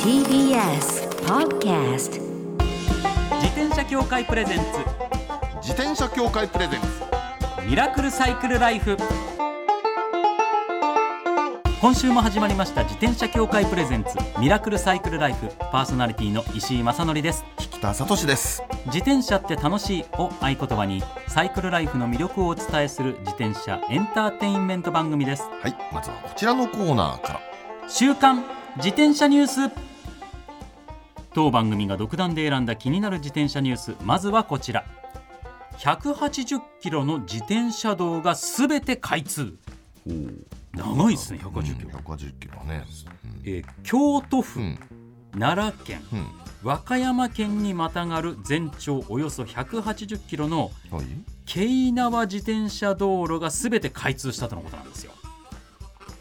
TBS Podcast 自転車協会プレゼンツ自転車協会プレゼンツミラクルサイクルライフ今週も始まりました自転車協会プレゼンツミラクルサイクルライフパーソナリティの石井正則です菊田聡です自転車って楽しいを合言葉にサイクルライフの魅力をお伝えする自転車エンターテインメント番組ですはいまずはこちらのコーナーから週刊自転車ニュース当番組が独断で選んだ気になる自転車ニュースまずはこちら180キロの自転車道がすべて開通長いですね150キロ、 150キロねえー京都府、ん奈良県うん、和歌山県にまたがる全長およそ180キロのうん、はい京奈和自転車道路がすべて開通したとのことなんですよ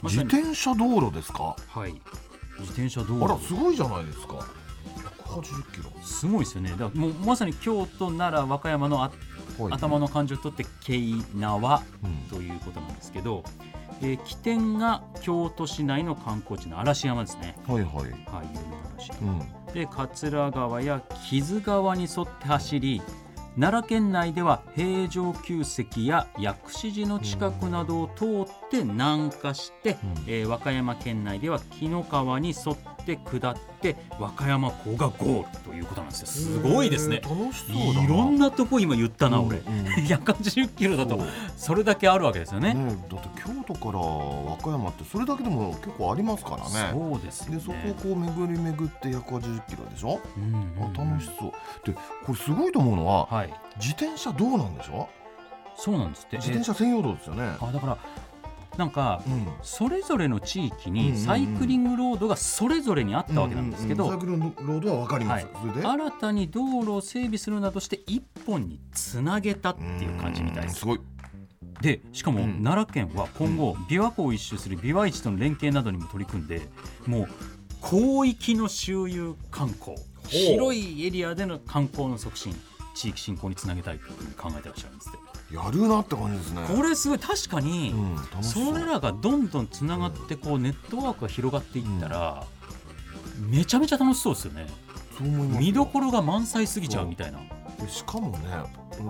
ま自さに転車道路ですかはい自転車道あら路すごいじゃないですか180キすごいですよねだからもうまさに京都奈良和歌山のあロ、はい、頭の漢字を取って京奈和うんということなんですけど、えー起点が京都市内の観光地の嵐山ですね、はいはいはい、有名な嵐山うんで桂川や木津川に沿って走り奈良県内では平城宮跡や薬師寺の近くなどを通って南下して、うんえー和歌山県内では紀の川に沿って下って和歌山港がゴールということなんですよすごいですねへー楽しそうだないろんなとこ今言ったな俺、 うんうん180キロだとそうそれだけあるわけですよねねだって京都から和歌山ってそれだけでも結構ありますからねそうですよでねそこをこう巡り巡って180キロでしょ、うんうんうんあ楽しそうでこれすごいと思うのは、はい自転車道なんでしょそうなんですって自転車専用道ですよね、あだからなんかうんそれぞれの地域うんにうんうんサイクリングロードがそれぞれにあったわけなんですけど、うううんサイクルロードはわかります、はいそれで新たに道路を整備するなどして一本につなげたっていう感じみたいでうんすすごいでしかもうん奈良県は今後琵琶湖を一周する琵琶市との連携などにも取り組んでもう広域の周遊観光広いエリアでの観光の促進地域振興につなげたいというふうに考えてらっしゃるんですってやるなって感じですねこれすごい確かに、うん、楽しそうそれらがどんどんつながってこうネットワークが広がっていったら、めちゃめちゃ楽しそうですよねそう思いますよ見どころが満載すぎちゃうみたいな、でしかもね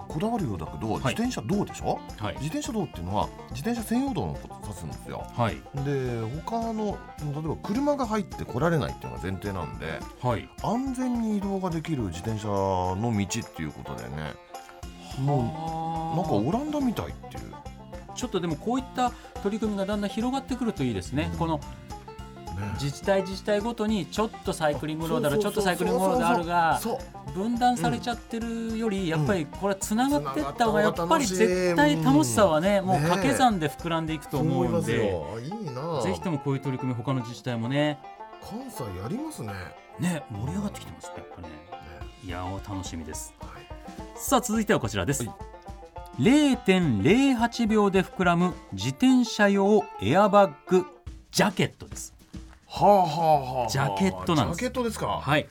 こだわるようだけど、い自転車道でしょはい自転車道っていうのは自転車専用道のことを指すんですよはいで他の例えば車が入ってこられないっていうのが前提なんではい安全に移動ができる自転車の道っていうことでねもうなんかあオランダみたいっていうーちょっとでもこういった取り組みがだんだん広がってくるといいですね、うんこのね自治体自治体ごとにちょっとサイクリングロードあるちょっとサイクリングロードあるがそう分断されちゃってるよりやっぱりこれはつながってった方がうんやっぱり絶対楽しさはねんもうねえ掛け算で膨らんでいくとそう思思ういまんすで。よいいなぜひともこういう取り組み他の自治体もね関西やりますねねね盛り上がってきてますねやっぱねいやー楽しみですはいさあ続いてはこちらです、は0.08秒で膨らむ自転車用エアバッグジャケットですはあはあはあはあジャケットなんですジャケットですかい、はい、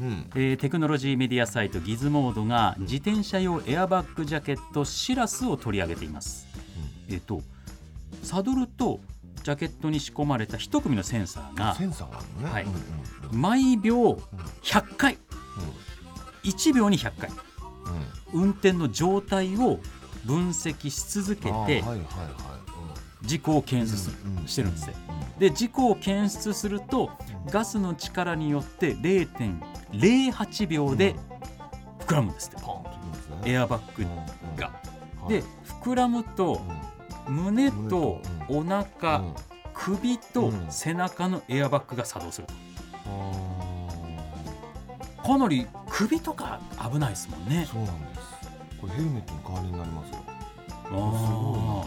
うん、えーテクノロジーメディアサイトギズモードが自転車用エアバッグジャケットシラスを取り上げていますえっ、とサドルとジャケットに仕込まれた一組のセンサーがセンサーがあるのねはいうんうん毎秒100回1秒に100回うんうん運転の状態を分析し続けあーはていはいはい事故を検出する、うんうんしてるんですねうんで事故を検出するとガスの力によって0.08秒で膨らむんですって、パンというんですねエアバッグうんうんが、はいで膨らむと胸とおう腹、んうん首とうん背中のエアバッグが作動するとあかなり首とか危ないですもんーねそうなんですこれヘルメットの代わりになりますよあ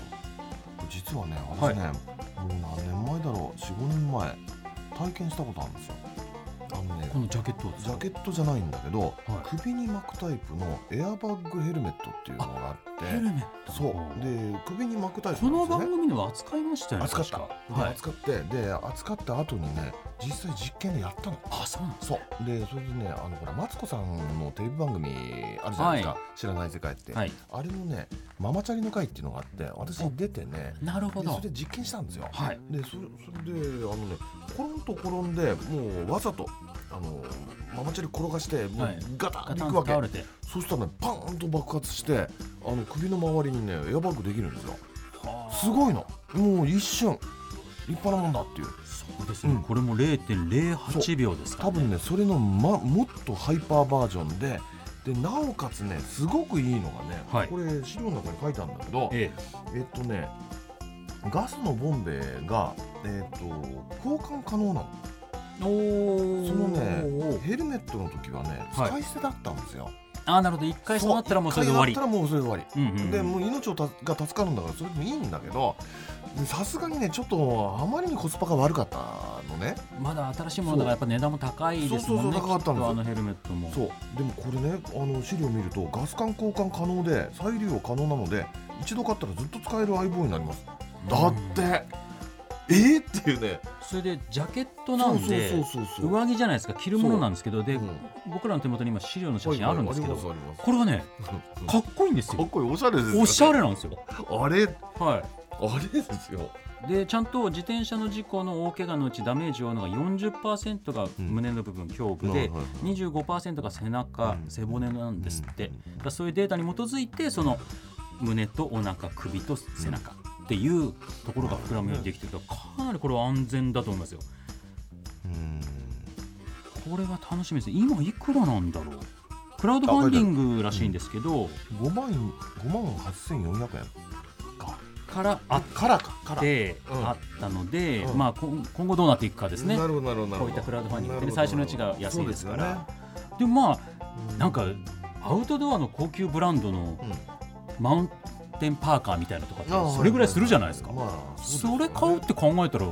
実はね、あれね、もう何年前だろう、4、5年前、体験したことあるんですよ。あのねーこ、のジャケットをジャケットじゃないんだけど、はい首に巻くタイプのエアバッグヘルメットっていうのがあって、てヘルメットそうで首に巻くタイプこなんのですよ番ね組では扱いましたよね扱っ確た、かはい扱ってで扱った後にね実際実験でやったのあそうなんですそうでそれでねあのほらマツコさんのテレビ番組あるじゃないですか、は知らない世界って、はいあれのねママチャリの会っていうのがあって私出てねなるでほそどれで実験したんですよ、はいでそれそれであのねコロンと転んでもうわざとあのママチャリ転がしてもうはいガタガンとタいンくわとけ、倒れてそしたらねパーンと爆発してあの首の周りにねエアバッグできるんですよはあすごいのもう一瞬立派なもんだっていうそうですね、うんこれも0.08秒ですか多ら、ね、分ねそれの、ま、もっとハイパーバージョンででなおかつねすごくいいのがね、はいこれ資料の中に書いてあるんだけどええっとねガスのボンベが、えっと交換可能なのえ、おそのねおヘルメットの時はねはい使い捨てだったんですよ、あなるほど一回そうなったらもうそれで終わり一回やったらもうそれで終わりうんうんうんでもう命をたが助かるんだからそれでもいいんだけどでさすがにねちょっとあまりにコスパが悪かったのねまだ新しいものだからやっぱ値段も高いですもんねそうそうそう高かったんできすよとあのヘルメットもそうでもこれねあの資料見るとガス管交換可能で再利用可能なので一度買ったらずっと使える相棒になりますだって、えー、っていうねそれでジャケットなんでそうそうそうそう上着じゃないですか着るものなんですけどで、うん僕らの手元に今資料の写真あるんですけど、はいはいありますこれはねありますかっこいいんですかっよこいいおしゃれですよねおしゃれなんですよあれはあれですよいでちゃんと自転車の事故の大怪我のうちダメージを負うのが40%が胸の部分胸部で、うんはいはいはい25%が背中、うん背骨なんですって、うんだからそういうデータに基づいてその胸とお腹首と背中っていうところが膨らむようにできてるとかなりこれは安全だと思いますようんこれは楽しみですね今いくらなんだろうクラウドファンディングらしいんですけど、 5万5万8400円かからああっからかからて、うんあったので、うんまあ今今後どうなっていくかですねなるほどなるほどなるこほどういったクラウドファンディングってねなる最ほ初のどうちが安いですからそうでもまあよねなんかアウトドアの高級ブランドのうんマウンテンパーカーみたいなとかってああそれぐらいするじゃないですか、まあそれ買うって考えたら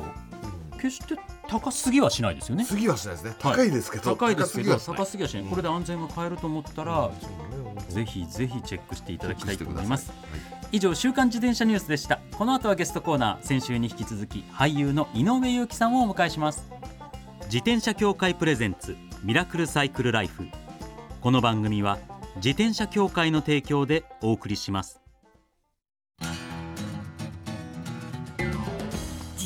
決して高すぎはしないですよね次はしないですねはい高いですけど高いですけど高高すすぎはしない、うんこれで安全が変えると思ったぎら、はしないうんそうねぜひぜひチェックしていただきたいと思いますチェックしてください以上週刊自転車ニュースでしたこの後はゲストコーナー先週に引き続き俳優の井上裕貴さんをお迎えします自転車協会プレゼンツミラクルサイクルライフこの番組は自転車協会の提供でお送りします自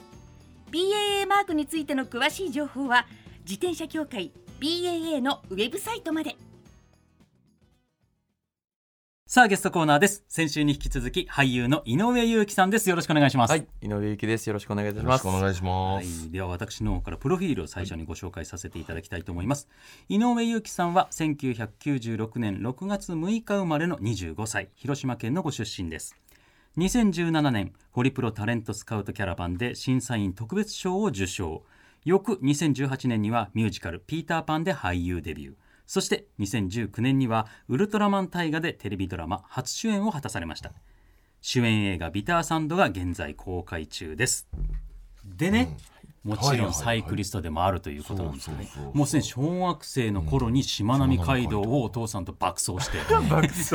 BAA マークについての詳しい情報は自転車協会 BAA のウェブサイトまでさあゲストコーナーです先週に引き続き俳優の井上裕貴さんですよろしくお願いしますはい、井上ゆきです。よろしくお願いいたよしろましす。くお願いしまはいす、では私の方からプロフィールを最初にご紹介させていただきたいと思います、井上裕貴さんは1996年6月6日生まれの25歳広島県のご出身です2017年ホリプロタレントスカウトキャラバンで審査員特別賞を受賞翌2018年にはミュージカル「ピーター・パン」で俳優デビューそして2019年には「ウルトラマン大河」でテレビドラマ初主演を果たされました主演映画「ビターサンド」が現在公開中ですでね、もちはいはいろはんいサイクリストでもあるということなんですよねそうそうそうもうすで に小学生の頃にしまなみ海道をお父さんと爆走して、爆笑し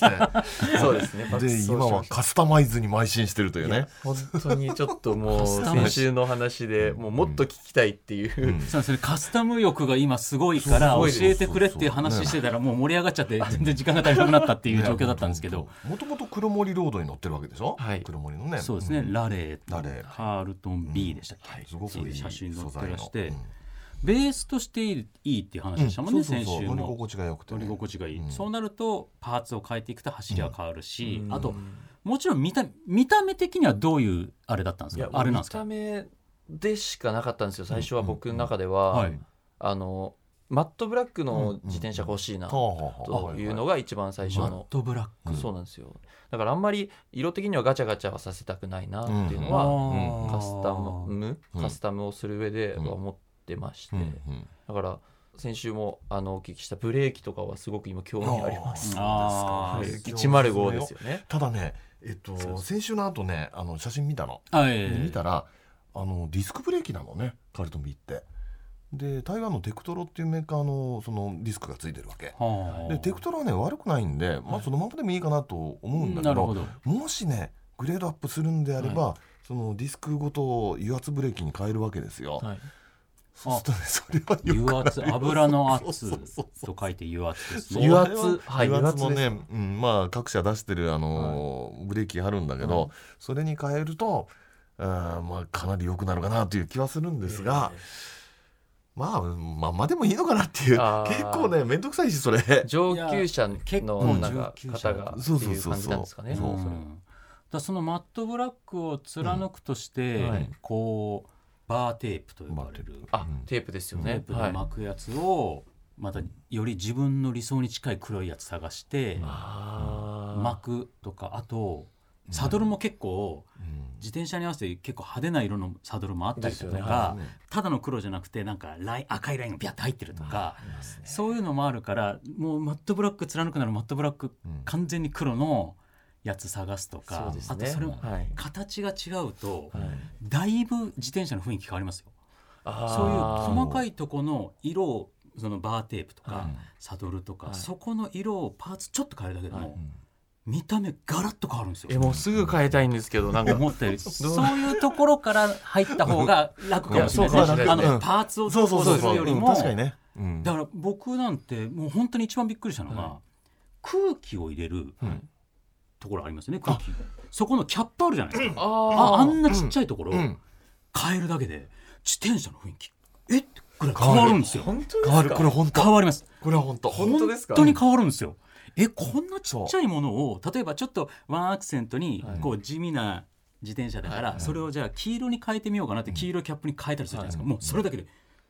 てそう ですね。爆で走しました今はカスタマイズに邁進してるといういねや本当にちょっと もうカスタム先週の話でもうもっと聞きたいっていう、そうですねカスタム欲が今すごいからす教ごいで すえてくれっていう話してたらもう盛り上がっちゃって全然時間が足りなくなったっていう状況だったんですけどもともと黒森ロードに乗ってるわけでしょ、はい黒森のねそうですね、んラレーとラレーカールトン B でしたっけ、はいすごくいい写真載素って材らのして、うんベースとしていいいいっていう話うでんしたそうもんね、そうそう先週乗りも心地が良くて、乗り心地がいい、うんそうなるとパーツを変えていくと走りは変わるし、うんあともちろん見た見た目的にはどういうあれだったんでいすやかあれなんですか見た目でしかなかったんですよ最初は僕の中ではは、いあのマットブラックの自転車が欲しいなとというのが一番最初マのットブラックうんそうなんですよだからあんまり色的にはガチャガチャはさせたくないなっていうのあは、ーカスタムうんカスタムをする上でうんは思ってまして、うんうんだから先週もあのお聞きしたブレーキとかはすごく今興味あります。あはいー105ですよね。ただね、えっそうと、先週の後ねあの写真見たの、はい、で見たらあのディスクブレーキなのねカルトンビーってで台湾のテクトロっていうメーカーのそのディスクがついてるわけはあでテクトロはね悪くないんで、まあ、そのままでもいいかなと思うんだけなるど,、ほどもしねグレードアップするんであれば、そのディスクごと油圧ブレーキに変えるわけですよ、はいそうするとねそれは良く油圧油のそ圧うそうそうそうと書いて油圧ですね油圧はい油圧の油ね、うん、まあ各社出してるあのー、ブレーキあるんだけど、はいそれに変えるとあーまあかなり良くなるかなという気はするんですが、まあうんまあまあでもいいのかなっていうあー結構ね面倒くさいしそれ上級者結の構なんか上級者方がっていう感じなんですかね。う、そうんだそのマットブラックを貫くとして、うんはいこうバーテープと呼ばれるあテープですよテーね。プではい。巻くやつを、またより自分の理想に近い黒いやつ探してあー巻くとかあとサドルも結構自転車に合わせて結構派手な色のサドルもあったりですとよか、あねただの黒じゃなくてなんかライン赤いラインがビャッと入ってるとかありますねそういうのもあるからもうマットブラック貫くならマットブラック完全に黒のやつ探すとか、そうですあねとそれもはい形が違うと、はいだいぶ自転車の雰囲気変わりますよあーそういう細かいとこの色をそのバーテープとか、はいサドルとか、はいそこの色をパーツちょっと変えるだけでも、はい見た目ガラッと変わるんですえよもうすぐ変えたいんですけどな んか思ったよりそういうところから入った方が楽かもしれないやそいうかもしねれなあいのパーツをそうそこうそうするそうよりうんも確かにね、うんだから僕なんてもう本当に一番びっくりしたのが、は空気を入れるはいところありますよね空気そこのキャップあるじゃないですか、あああーんなちっちゃいところをうん変えるだけで自転車の雰囲気えってぐらい変わるんですよ本当ですか変わるこれ本当変わりますこれは本当本当ですか本当に変わるんですよえこんなちっちゃいものを例えばちょっとワンアクセントにはいこう地味な自転車だから、はいそれをじゃあ黄色に変えてみようかなって黄色いキャップに変えたりするじゃないですか、もうそれだけで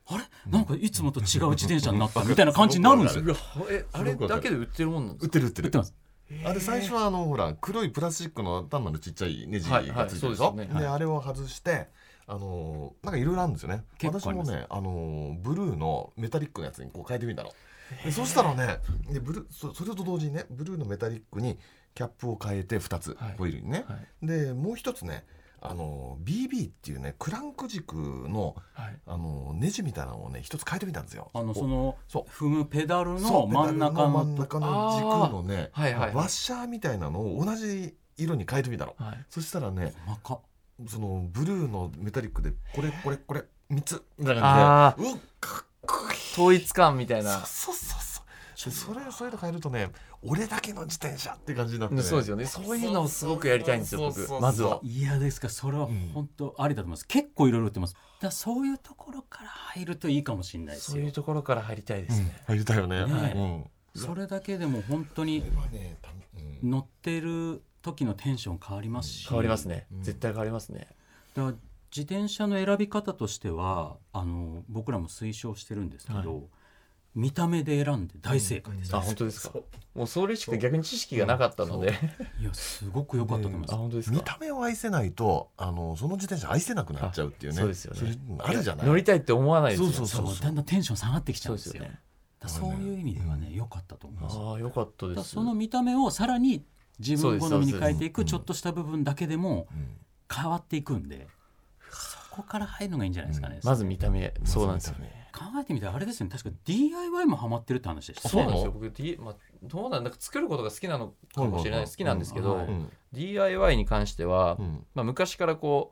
あれなんかいつもと違う自転車になったみたいな感じになるん ですよいやえあれだけで売ってるもんなん売でっすてる売って売っるてますあれ最初はあのほら黒いプラスチックの単なるちっちゃいネジがはついいはいてるでしそょうですねではあれを外してあのーなんかいろいろあるんですよね結構私ありもますねあのーブルーのメタリックのやつにこう変えてみたのでそしたらねでブルーそそれと同時にねブルーのメタリックにキャップを変えて2つはいホイールにねはいでもう一つねあのー BB っていうねクランク軸のはいあのーネジみたいなのをね一つ変えてみたんですよあのそのそう踏むペダルのそうペダ真ルんの中真んのと中の軸のねあーはいはいはいワッシャーみたいなのを同じ色に変えてみたのはいそしたらね細かそのブルーのメタリックでこれこれこれ3つみたいなあ感じでうわかっこいい統一感みたいそうなそうそうそうそれそれで変えるとね俺だけの自転車って感じになって、ね、そうですよねそういうのをすごくやりたいんですよそうそうそう僕まずはいやですからそれは本当ありだと思います、結構いろいろ売ってますだからそういうところから入るといいかもしれないですよそういうところから入りたいでうすんね入りたいよねねうんそれだけでも本当にこれはねたうん乗ってる時のテンション変わりますし、変わりますねうん絶対変わりますねだから自転車の選び方としてはあの僕らも推奨してるんですけど、はい見た目で選んで大正解です、あ本当ですかもうそれしか逆に知識がなかったのでいやすごく良かったと思いまあす、本当です見かた目を愛せないとあのその自転車愛せなくなっちゃうっていうねあそうですよねれあるじゃない乗りたいって思わないですよそうそうだんだんテンション下がってきちゃそううんですですよよねだからそういう意味ではね良かったと思いますだかああよかったでらすその見た目をさらに自分好みに変えていくちょっとした部分だけでもうん変わっていくんでそこから入るのがいいんじゃないですかね、まず見た目そうなんですよまず見たね考えてみたらあれですよね確か DIY もハマってるって話でしたそうねなんですよ僕 D まあどうなんだか作ることが好きなのかもはいはしれいなはいい好きなんですけうどんうん DIY に関してはうんまあ昔からこ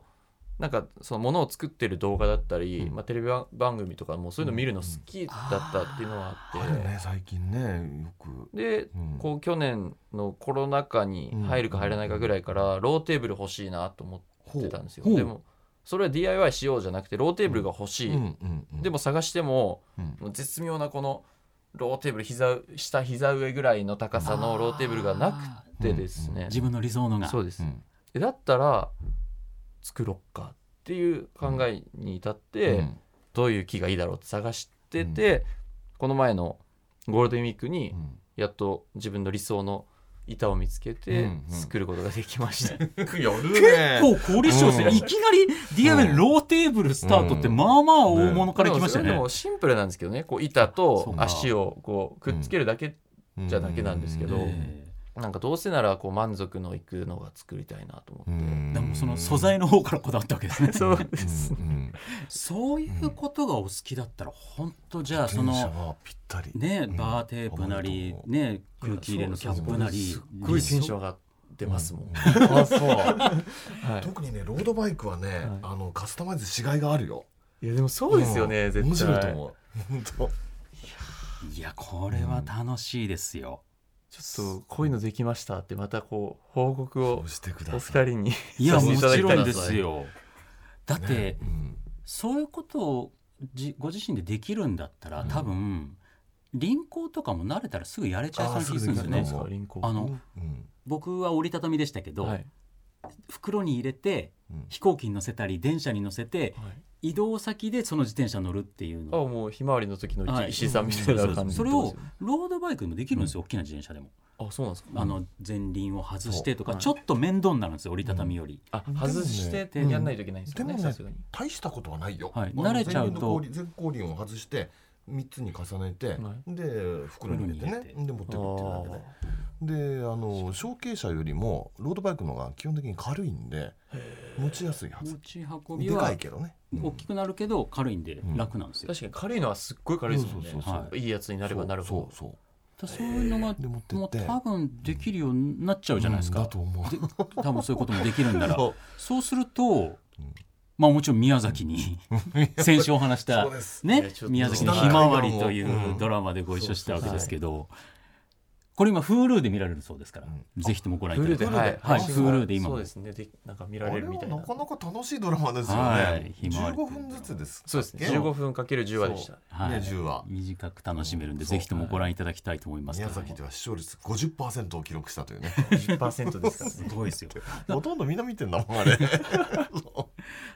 うなんかそのものを作ってる動画だったり、うんまあ、テレビ番組とかもそういうの見るの好きだったっていうのはああって、るね最近ねよく、でうんこう去年のコロナ禍に入るか入らないかぐらいからローテーブル欲しいなと思ってたんですよほうでもそれは DIY しようじゃなくてローテーブルが欲しい、うんうんうんでも、探してもうん絶妙なこのローテーブル膝下膝上ぐらいの高さのローテーブルがなくてですね、自分の理想のがそうです、うんえだったら作ろっかっていう考えに至って、うんどういう木がいいだろうって探してて、この前のゴールデンウィークにうんやっと自分の理想の板を見つけてうんうん作ることができました、やるこう小売商う戦んいきなり DIY うんローテーブルスタートってまあまあ大物から来ましたよでもそれでねもシンプルなんですけどねこう板そうとか足をこうくっつけるだけ、じゃだけなんですけどえなんかどうせならこう満足のいくのが作りたいなと思って、えでもその素材の方からこだわったわけですね そうですね、そういうことがお好きだったら本当じゃあそそののはぴったりねバーテープなりね空気入れのキャップなりすっごいテンション上がってますもん、あそうは い特にねロードバイクはね、あのカスタマイズしがいがあるよいやでもそうですよね、うん絶対面白いと思う本当いやこれは楽しいですよちょっとこういうのできましたってまたこう報告をそうしてくおださい二人にいやさせてもいただちきたいろなんですよだって、ねうんそういうことをじご自身でできるんだったら、うん多分輪行とかも慣れたらすぐやれちゃいそうな気がするんですよ何ねで。すあかのリンコあうのんうん僕は折りたたみでしたけど、はい袋に入れてうん飛行機に乗せたり電車に乗せて移動先でその自転車乗るっていうあのもうひまわりの時のは一い石井さんみたいなそうそうそ感うじそれをロードバイクでもできるんですよ、大きな自転車でも、あそうなんですかあの前輪を外してとか、そうはいちょっと面倒になるんですよ折りたたみより、あ外してでもねやんないといけないんですよねでもねさすがに大したことはないよ、はいあの慣れちゃうと前輪の後輪前後輪を外して三つに重ねて、はで袋に入れてね袋に入れで持ってくあっていうだけでーであの小径車よりもロードバイクの方が基本的に軽いんで持ちやすいは持ずち運びでかはいけどね大きくなるけど軽いんで楽なんですよ、確かに軽いのはすっごい軽いですもんねそうそうそうはいいいやつになればなるほどそうそうだからそういうのがで持ってもっうて多分できるようになっちゃうじゃないですか、うんだと思うで多分そういうこともできるんだらそうするとん、まあ、もちろん宮崎に先週お話したそうです、いねやちょっと宮崎の「ひまわり」というドラマでご一緒したわけですけど。これ今 Hulu で見られるそうですから、うぜひともご覧いただ Hulu きたでい。はいはいあ Hulu で今もそうですねでなんか見あられれるはみたいななかなか楽しいドラマですよね、はいひまわり15分ずつですそうですねだっけ15分かける10話でしたはいね10話短く楽しめるんで、うんぜひともご覧いただきたいと思いますけ宮ども。崎では視聴率50%を記録したというね 10%ですからねすごいですよ。ほとんどみんな見てんだもんあれだか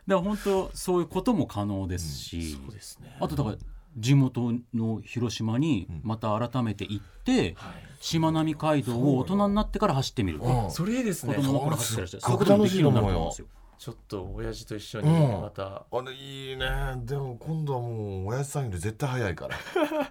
ら本当そういうことも可能ですし、そうですねあとだから地元の広島にうんまた改めて行って、はいしまなみ海道を大人になってから走ってみる。うんそれいいです子ね供の頃走ってらっしゃる。そそうういうこともできるようになると思うんですよ。ちょっと親父と一緒にうんまた、あれいいねでも今度はもう親父さんより絶対早い からほん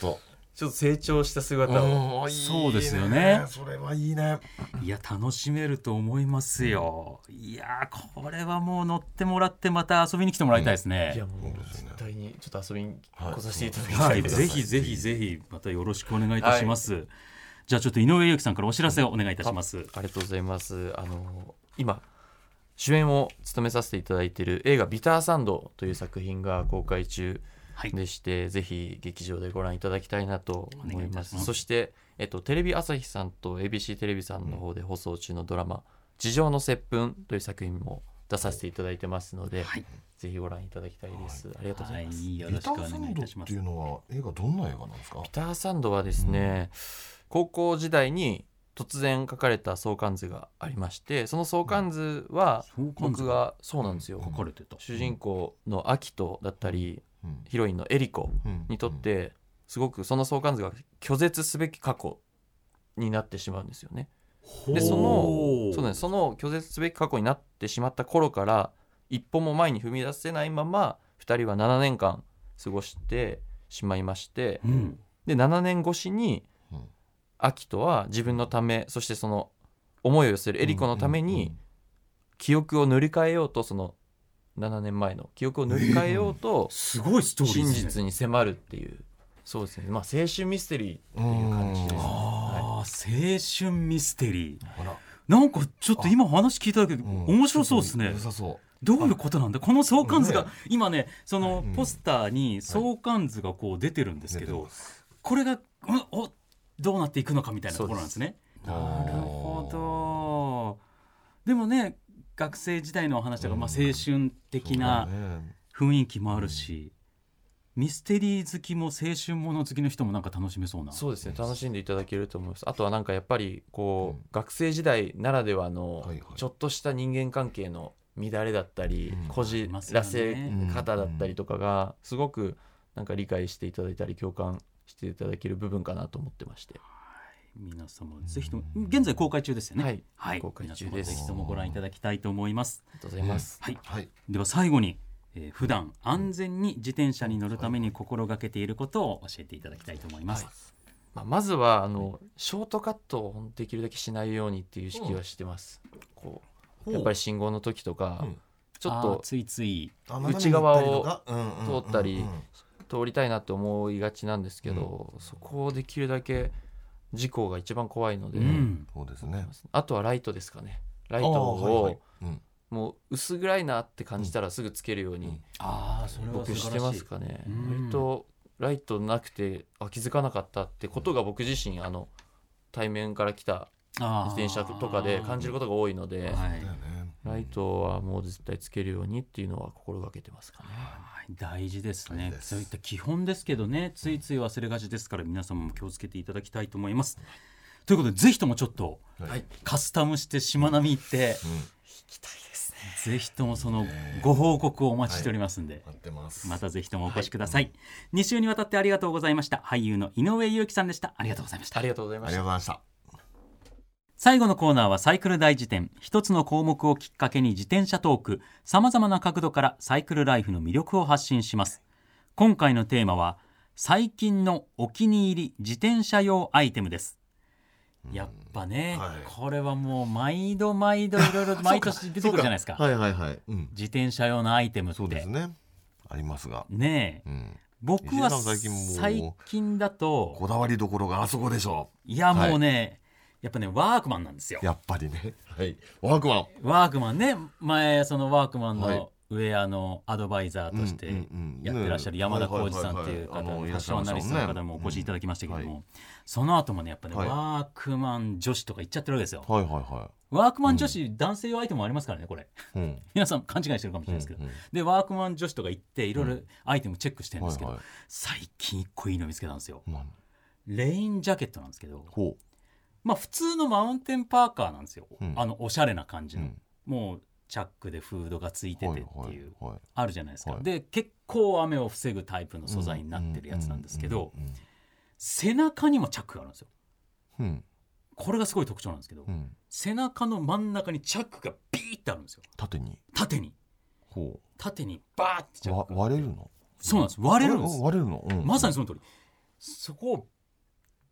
とちょっと成長した姿を、うんいいねそうですよねそれはいいねいや楽しめると思いますよ。いやーこれはもう乗ってもらってまた遊びに来てもらいたいですね。いやもうそうですね絶対にちょっと遊びにはい来させていただきはたい、いです。ぜひぜひぜひまたよろしくお願いいたします。じゃあちょっと井上裕貴さんからお知らせをお願いいたします。ありがとうございます。あの今主演を務めさせていただいている映画ビターサンドという作品が公開中はいでして、ぜひ劇場でご覧いただきたいなとお願思いいいたましす。ますそしてえっとテレビ朝日さんと ABC テレビさんの方で放送中のドラマ地上の接吻という作品も出させていただいてますので、はいぜひご覧いただきたいです。ありがとうござはいます。い、よビろしくタおーサ願いンいドたしまってすいう。のは映画どんな映画なんですかピター・サンドはですね、高校時代に突然書かれた相関図がありましてその相関図は相関図僕ががそうなんですよ、書かれてた。主人公のアキトだったりうんヒロインのエリコうんにとってすごくその相関図が拒絶すべき過去になってしまうんですよね。でそほのうそうなんですその拒絶すべき過去になってしまった頃から一歩も前に踏み出せないまま2人は7年間過ごしてしまいまして、うん、で7年越しにうんアキトは自分のためそしてその思いを寄せるエリコのために記憶を塗り替えようとその7年前の記憶を塗り替えようとすごいストーリー真ですね。実に迫るっていうそうですねまあ青春ミステリーっていう感じですねうんはああ、青春ミステリー。あらなんかちょっと今お話聞いただけでうん面白そうですね良。さそどういうことなんだこの相関図が、ね今ねそのうんポスターに相関図がこう出てるんですけど、出てまこれが、うんおどうなっていくのかみたいなところなんですね。そうですなるほどでもね学生時代のお話とか、まあ、うん青春的な雰囲気もあるし、ミステリー好きも青春もの好きの人もなんか楽しめそうな。そうですね楽しんでいただけると思いますあとはなんかやっぱりこう、うん学生時代ならではの、はいはいちょっとした人間関係の乱れだったり、うんこあじりますよらねせ方だったりとかが、すごくなんか理解していただいたり共感していただける部分かなと思ってまして、皆様ぜひとも現在公開中ですよね。はい公公開開中中で。ですすぜひともご覧いただきたいと思います。ありがとうございます、はい。はいでは最後に、えー普段安全に自転車に乗るために心がけていることを教えていただきたいと思います。まあ、まずはあのショートカットをできるだけしないようにっていう意識はしてます、こうやっぱり信号の時とか、うんちょっあーとついつい内側を通ったりうんうんうん通りたいなって思いがちなんですけど、そこをできるだけ事故が一番怖いので、うんそうですねあとはライトですかねライラトをうんもう薄暗いなって感じたらすぐつけるようにああそれは僕してますかね、うん割とライトなくてあ気づかなかったってことが僕自身あの対面から来た自自転車とかで感じることが多いので、はいだよねライトはもう絶対つけるようにっていうのは心がけてますかね。はい大事ですね大事ですそういった基本ですけどねついつい忘れがちですから皆様も気をつけていただきたいと思います。ということでぜひともちょっとはいカスタムしてしまなみ行ってうんぜひともそのご報告をお待ちしておりますんで。待ってますまたぜひともお越しください、2週にわたってありがとうございました俳優の井上裕貴さんでしたありがとうございましたありがとうございまあしりたがとうございました最後のコーナーはサイクル大辞典一つの項目をきっかけに自転車トークさまざまな角度からサイクルライフの魅力を発信します今回のテーマは最近のお気に入り自転車用アイテムですやっぱね、はいこれはもう毎度毎度いろいろ毎年出てくるじゃないですかはいはいはいうん自転車用のアイテムってそうですねありますがねえうん僕は石田さん最近もう最近だとこだわりどころがあそこでしょいやもうね、やっぱねワークマンなんですようやっぱりねはいワークマンワークマンね前そのワークマンはのいウェアのアドバイザーとしてうんうんうんやってらっしゃるね山田浩二さんっていう方はいはいはいはいあのフいァッらっシしョゃンいアましナリスたもんねトの方もお越しいただきましたけどうんはもその後もねやっぱねはいワークマン女子とか言っちゃってるわけですよはいはいはワークマン女子男性用アイテムもありますからねこれいうん皆さん勘違いしてるかもしれないですけどうんうんでワークマン女子とか行っていろいろアイテムチェックしてるんですけはどいは最近一個いいの見つけたんですよいまあレインジャケットなんですけどほまあ普通のマウンテンパーカーなんですよ、うんあのおしゃれな感じううの、んもうチャックでフードがついててっていう、はいはいはいあるじゃないですか、はいで結構雨を防ぐタイプの素材になってるやつなんですけど、うんうん背中にもチャックがあるんですようんこれがすごい特徴なんですけど、うんうん背中の真ん中にチャックがビーってあるんですよ縦に縦にほ縦にバーってチうャッわクが割れるのそうなんです割れるんです割れるのうんまさにその通りそこを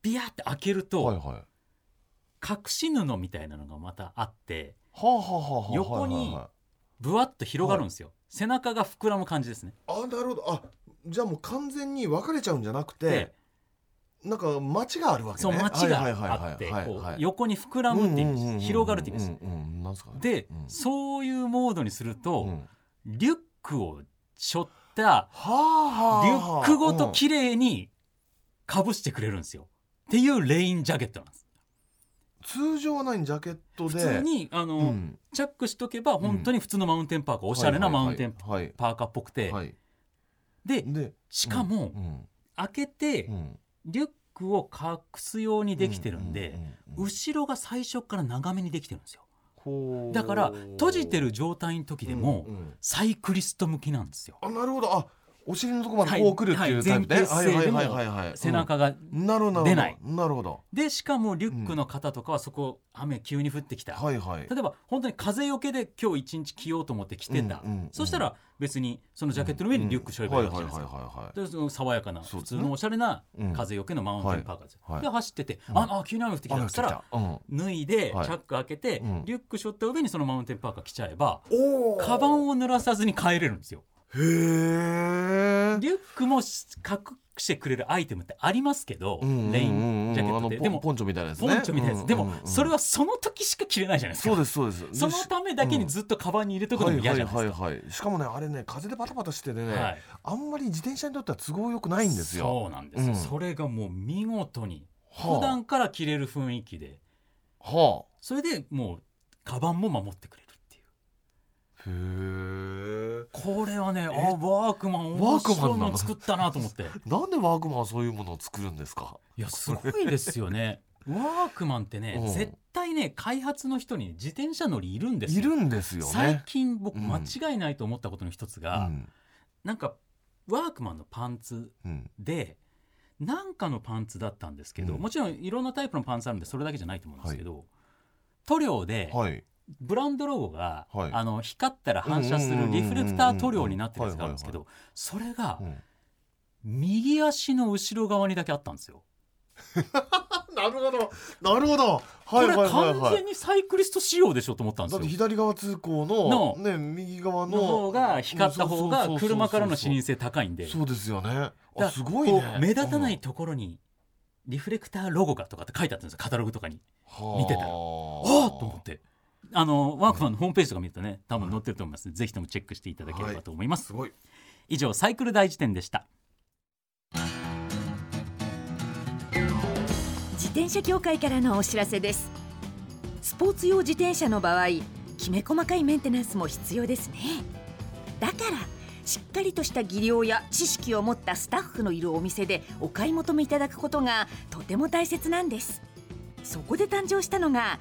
ビヤーって開けると、はいはいは隠し布みたいなのがまたあってあはあはあはあ横にはいはいはいぶわっと広がるんですよ、背中が膨らむ感じですねあなるほどあじゃあもう完全に分かれちゃうんじゃなくでてなんか街があるわけねそう街があってはいはいこはいはうい横に膨らむっていう意味んんんんでんす広がるって意味うでんうんうんなんすかねすでうんそういうモードにするうとんリュックを背負ったはあはあリュックごとうん綺麗にかぶしてくれるんですよっていうレインジャケットなんです通常はないジャケットで普通にあうのんチャックしとけば本当に普通のマウンテンパーカーおしゃれなマウンテンはいパーカーっぽくてはいででしかもうん開けてうんリュックを隠すようにできてるんでううう後ろが最初から長めにできてるんですよほうだから閉じてる状態の時でもうんうんサイクリスト向きなんですよあなるほどあお尻のとこまでこう来るっていうはいタイプはい前ね傾姿勢でもはい背中がうんなるほど出ないなるほどでしかもリュックの方とかはそこ雨急に降ってきたはいはい例えば本当に風よけで今日一日着ようと思って着てたうんうんうんそしたら別にそのジャケットの上にリュックしょればいいわけじゃないですうんかはいはいはいはいはいでその爽やかなそ普うです通ねのおしゃれなうん風よけのマウンテンパーカーですよはいはいで走ってて「うんああ急に雨降ってきた」っ雨つ降っってたらきたうん脱いでチはいャック開けてうんリュック背負った上にそのマウンテンパーカー着ちゃえばおーカバンを濡らさずに帰れるんですよへえリュックもしかくしてくれるアイテムってありますけど、うんレイうんうんうンんジャケットであのポンでもポンチョみたいなやつねポンチョみたいなやつ、でもそれははその時しか着れないじゃないですかそうですそうですそのためだけにずっとカバンに入れとくのも嫌じゃないですか、はいはいはいはいしかもねあれね風でバタバタしててね、はいあんまり自転車にとっては都合よくないんですよそうなんですよ、うんそれがもう見事にはあ普段から着れる雰囲気ではそれでもうカバンも守ってくれるっていうあへえこれはねあワークマン面白いの作ったなと思ってなんでワークマンはそういうものを作るんですかいやすごいですよね ワークマンってねうん絶対ね開発の人に自転車乗りいるんですいよるんですよね最近僕うん間違いないと思ったことの一つうが、んなんかワークマンのパンツうんでなんかのパンツだったんですけど、うんもちろんいろんなタイプのパンツあるんでそれだけじゃないと思うんですけど、塗料ではいブランドロゴが、はいあの光ったら反射するリフレクター塗料になってるやつがあるんですけうどそれがうん右足の後ろ側にだけあったんですよ。なるほどなるほどこはいれはいはい完はい全にサイクリスト仕様でしょと思ったんでだすってよ。左側通行のね右側のの方が光った方そうそうがそうそう車からの視認性高いんでそうですよねだあすごいねこう目立たないところにリフレクターロゴがとかって書いてあったんですよカタログとかに。見てたらああーと思ってあのワークマンのホームページとか見るとね多分載ってると思います、ぜひともチェックしていただければと思います、すごい以上サイクル大辞典でした自転車協会からのお知らせですスポーツ用自転車の場合きめ細かいメンテナンスも必要ですねだからしっかりとした技量や知識を持ったスタッフのいるお店でお買い求めいただくことがとても大切なんですそこで誕生したのが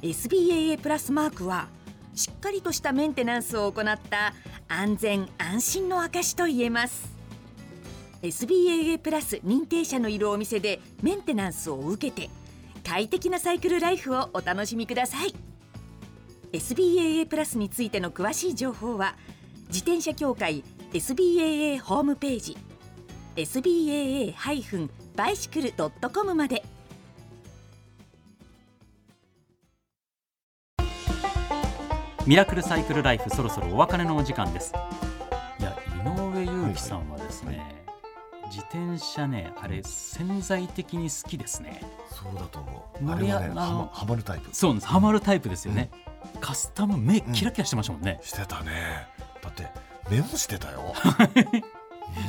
SBAA プラスマークはしっかりとしたメンテナンスを行った安全安心の証と言えます SBAA プラス認定者のいるお店でメンテナンスを受けて快適なサイクルライフをお楽しみください SBAA プラスについての詳しい情報は自転車協会 SBAA ホームページ SBAA-bicycle.com までミラクルサイクルライフそろそろお別れのお時間ですいや井上裕貴さんはですね、はいは自転車ねあれ潜在的に好きですねそうだと思うあ乗れりはあねはあのまはまるタイプそうなんですハマるタイプですよね、カスタム目キラキラしてましたもんね、してたねだってメモしてたよ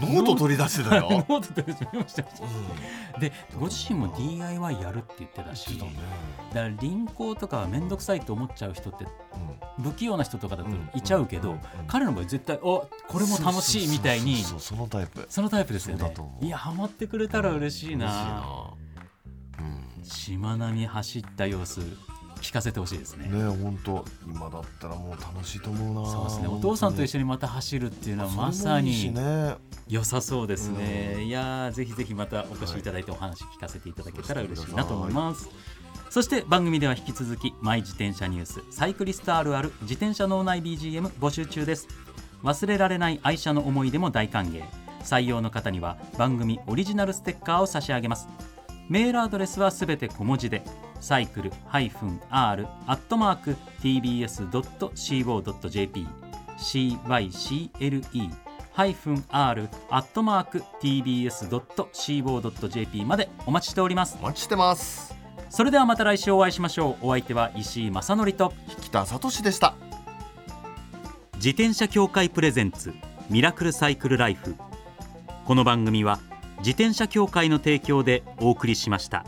ノート取り出してたよ、ノート取り メモしてまし うたでご自身も DIY やるって言ってたん、ししてだたかね、ら輪行とかは面倒くさいと思っちゃう人ってうん不器用な人とかだとうんいちゃうけど、うんうん彼の場合絶対あこれも楽しいみたいにそうそうそうそうそのタイプそのタイプですよそうねだと思ういやハマってくれたら嬉しいな、うんしまなみ走った様子聞かせてほしいですねね本当今だったらもう楽しいと思うなそうですねお父さんと一緒緒にまた走るっていうのはまさにね良さそうですね、うんいやーぜひぜひまたお越しいただいてお話聞かせていただけたら嬉しいなと思います、そして番組では引き続き「マイ自転車ニュース」「サイクリストあるある自転車脳内 BGM」募集中です忘れられない愛車の思い出も大歓迎採用の方には番組オリジナルステッカーを差し上げますメールアドレスはすべて小文字でサイクル -r-tbs.co.jp cycle-r-tbs.co.jp までお待ちしておりますお待ちしてますそれではまた来週お会いしましょうお相手は石井正則と北里でした自転車協会プレゼンツミラクルサイクルライフこの番組は自転車協会の提供でお送りしました。